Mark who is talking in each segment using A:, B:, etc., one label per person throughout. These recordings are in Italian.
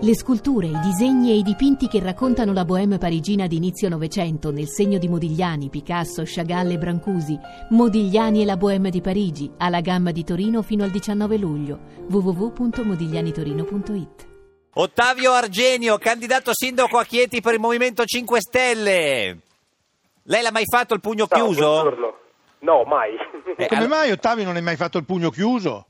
A: Le sculture, i disegni e i dipinti che raccontano la bohème parigina di inizio Novecento nel segno di Modigliani, Picasso, Chagall e Brancusi. Modigliani e la bohème di Parigi, alla gamma di Torino fino al 19 luglio. www.modiglianitorino.it
B: Ottavio Argenio, candidato sindaco a Chieti per il Movimento 5 Stelle. Lei l'ha mai fatto il pugno
C: Ciao,
B: chiuso?
C: buongiorno. No, mai.
B: Eh,
D: Come
B: all-
D: mai Ottavio non hai mai fatto il pugno chiuso?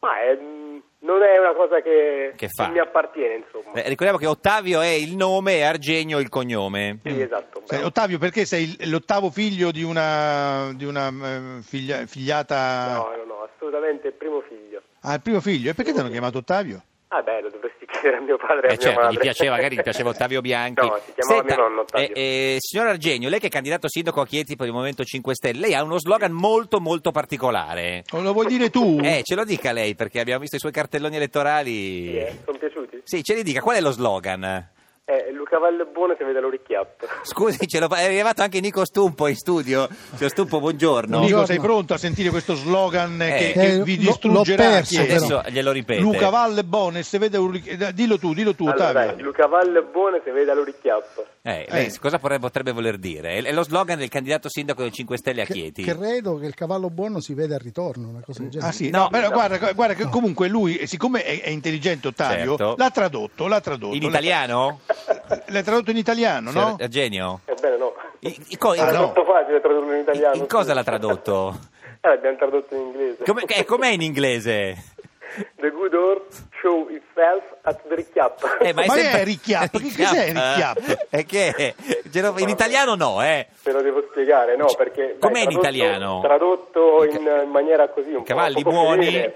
C: Ma è- mm, non è una cosa che,
B: Che fa?
C: mi appartiene, insomma.
B: Eh, ricordiamo che Ottavio è il nome e Argenio il cognome.
C: Sì, esatto.
D: Mm.
C: bravo.
D: Sei- Cioè, Ottavio, perché sei il- l'ottavo figlio di una, di una, eh, figlia- figliata
C: No, no, no, assolutamente il primo figlio.
D: al primo figlio? E perché ti hanno chiamato Ottavio?
C: Ah beh, lo dovresti chiedere a mio
B: Eh,
C: padre e a mia
B: certo,
C: madre.
B: gli piaceva, magari gli piaceva Ottavio Bianchi.
C: No, si chiamava
B: Senta,
C: mio nonno Ottavio.
B: eh, eh, signor Argenio, lei che è candidato sindaco a Chieti per il Movimento 5 Stelle, lei ha uno slogan molto molto particolare.
D: O Lo vuoi dire
C: Mm.
D: tu?
B: Eh, ce lo dica lei perché abbiamo visto i suoi cartelloni elettorali.
C: Sì, eh, Sono piaciuti?
B: Sì, ce li dica, qual è lo slogan?
C: Eh, Luca Valbuono che vede l'orecchiato.
B: Scusi, ce lo fa- è arrivato anche Nico Stumpo in studio. Signor Stumpo, buongiorno.
D: Nico,
E: Buongiorno.
D: sei pronto a sentire questo slogan
B: Eh.
D: che, che
E: Eh,
D: vi
E: l'ho- l'ho
D: distruggerà?
E: perso,
D: Chi è?
E: però.
B: Adesso glielo ripete.
D: Luca Valle Bone, se vede un... ric- eh, Dillo tu, dillo tu,
C: Allora, dai,
D: Ottavio.
C: Luca Valbuono che vede l'orecchiato.
B: Eh, lei
D: Eh.
B: cosa vorrebbe- potrebbe voler dire? È è lo slogan del candidato sindaco del 5 Stelle a
E: Che-
B: Chieti.
E: credo che il cavallo buono si veda al ritorno, una cosa del genere.
D: Ah sì,
B: No,
D: no, però
C: no.
D: guarda, guarda che comunque lui, eh, siccome è, è intelligente Ottavio,
B: Certo.
D: l'ha tradotto, l'ha tradotto.
B: In
D: L'ha-
B: italiano? eh,
D: L'ha tradotto in italiano, no?
B: Signor Argenio?
C: Ebbene Eh, no.
B: In, in co-
D: Ah,
C: È
B: in-
D: no.
C: troppo facile tradurlo in italiano.
B: in cosa l'ha tradotto?
C: Eh, l'abbiamo tradotto in inglese.
B: Come- eh, com'è in inglese?
C: The good horse show itself at the ricchiappo.
B: Eh,
D: Ma
B: sempre-
D: è Ricchiappo? Che cos'è Ricchiappo?
B: È che ce lo- in italiano no, eh.
C: Te lo devo spiegare, no, perché...
B: Cioè,
C: dai,
B: com'è in
C: tradotto-
B: italiano?
C: Tradotto in, in maniera così un
B: Cavalli
C: po' poco
B: buoni.
C: fedele.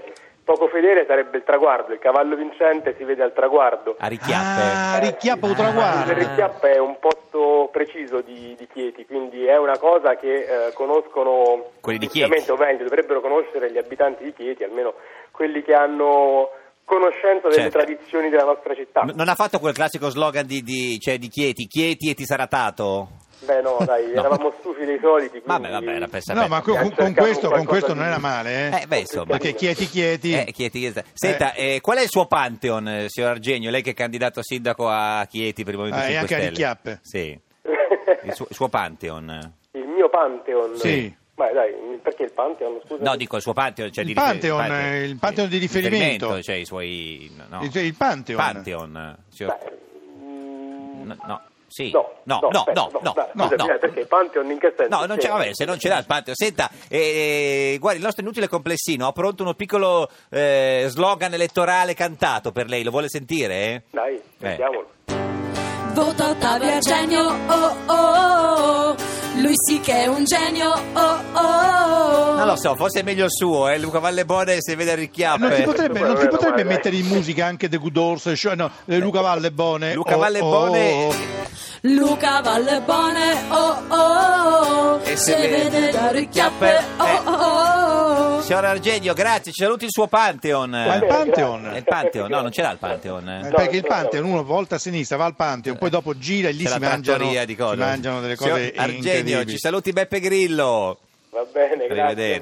C: Poco fedele sarebbe il traguardo, il cavallo vincente si vede al traguardo.
B: A Ricchiappe.
D: Ah, Ricchiappo
C: Eh,
D: traguardo.
C: Il Ricchiappa è un posto preciso di, di Chieti, quindi è una cosa che eh, conoscono...
B: Quelli di Chieti.
C: ovviamente, o meglio, dovrebbero conoscere gli abitanti di Chieti, almeno quelli che hanno conoscenza delle
B: Certo.
C: tradizioni della nostra
D: Ah.
C: città.
B: N- non ha fatto quel classico slogan di, di- cioè, di Chieti, Chieti e ti sarà tato?
C: Beh no, dai,
B: No.
C: eravamo stufi dei soliti, quindi...
B: Vabbè, vabbè, era per sapere.
D: No, ma co-
C: Eh,
D: con, con
C: cercavo
D: questo, con
C: qualcosa
D: questo
C: di-
D: non era male, eh?
B: Eh, beh, insomma.
D: Perché Chieti Chieti...
B: Eh, Chieti, esatto. Senta, eh, qual è il suo pantheon, eh, signor Argenio? Lei che è candidato a sindaco a Chieti per il Movimento
D: Ah, e
B: 5
D: anche a
B: Stelle.
D: Ricchiappe.
B: Sì, il suo, il suo pantheon.
C: Il mio Pantheon?
D: Sì.
C: Ma dai, perché il Pantheon? Scusa.
B: No, dico il suo pantheon. Cioè
D: Il
B: di
D: pantheon, eh, il pantheon di
B: eh,
D: riferimento.
B: cioè i suoi... No.
D: Il- il pantheon.
B: Pantheon, eh, signor-
C: Beh, mm,
B: No, no, sì.
C: No,
B: no, no,
C: aspetta,
B: no, no,
C: dai,
B: no,
C: scusami,
B: no.
C: dai, perché il Pantheon in che senso?
B: No, non c'è, vabbè, se non ce l'ha il Pantheon. Senta, eh, eh, guardi, il nostro inutile complessino ha pronto uno piccolo eh, slogan elettorale cantato per lei, lo vuole sentire? eh?
C: Dai, sentiamolo.
F: Vota Ottavio Argenio, oh oh, oh, oh. lui sì che è un genio, oh oh, oh.
B: Non lo so, forse è meglio il suo, eh, Luca Vallebone se vede eh. ricchiappe.
D: Non ti potrebbe, non ti
C: Vabbè,
D: potrebbe
C: vabbè.
D: mettere in musica anche The Good Horse, Show- no, eh, Luca Vallebone.
B: Luca
D: Oh,
B: Vallebone-
D: oh, oh.
F: Luca Vallebone, oh oh, oh.
B: E se
F: se
B: vede-
F: vede da ricchiappe,
B: Eh.
F: oh oh, oh.
B: Signor Argenio, grazie, ci saluti il suo Pantheon.
D: Ma il Pantheon?
B: È il Pantheon, no, non ce l'ha il Pantheon.
D: Eh,
B: eh.
D: perché il Pantheon uno volta a sinistra va al Pantheon, poi dopo gira e lì
B: C'è
D: si
B: la
D: mangiano,
B: trattoria di
D: si
B: cose.
D: mangiano delle
B: Signor
D: cose
B: Argenio,
D: incredibili.
B: ci saluti Beppe Grillo.
C: Va bene, grazie.
B: Arrivederci.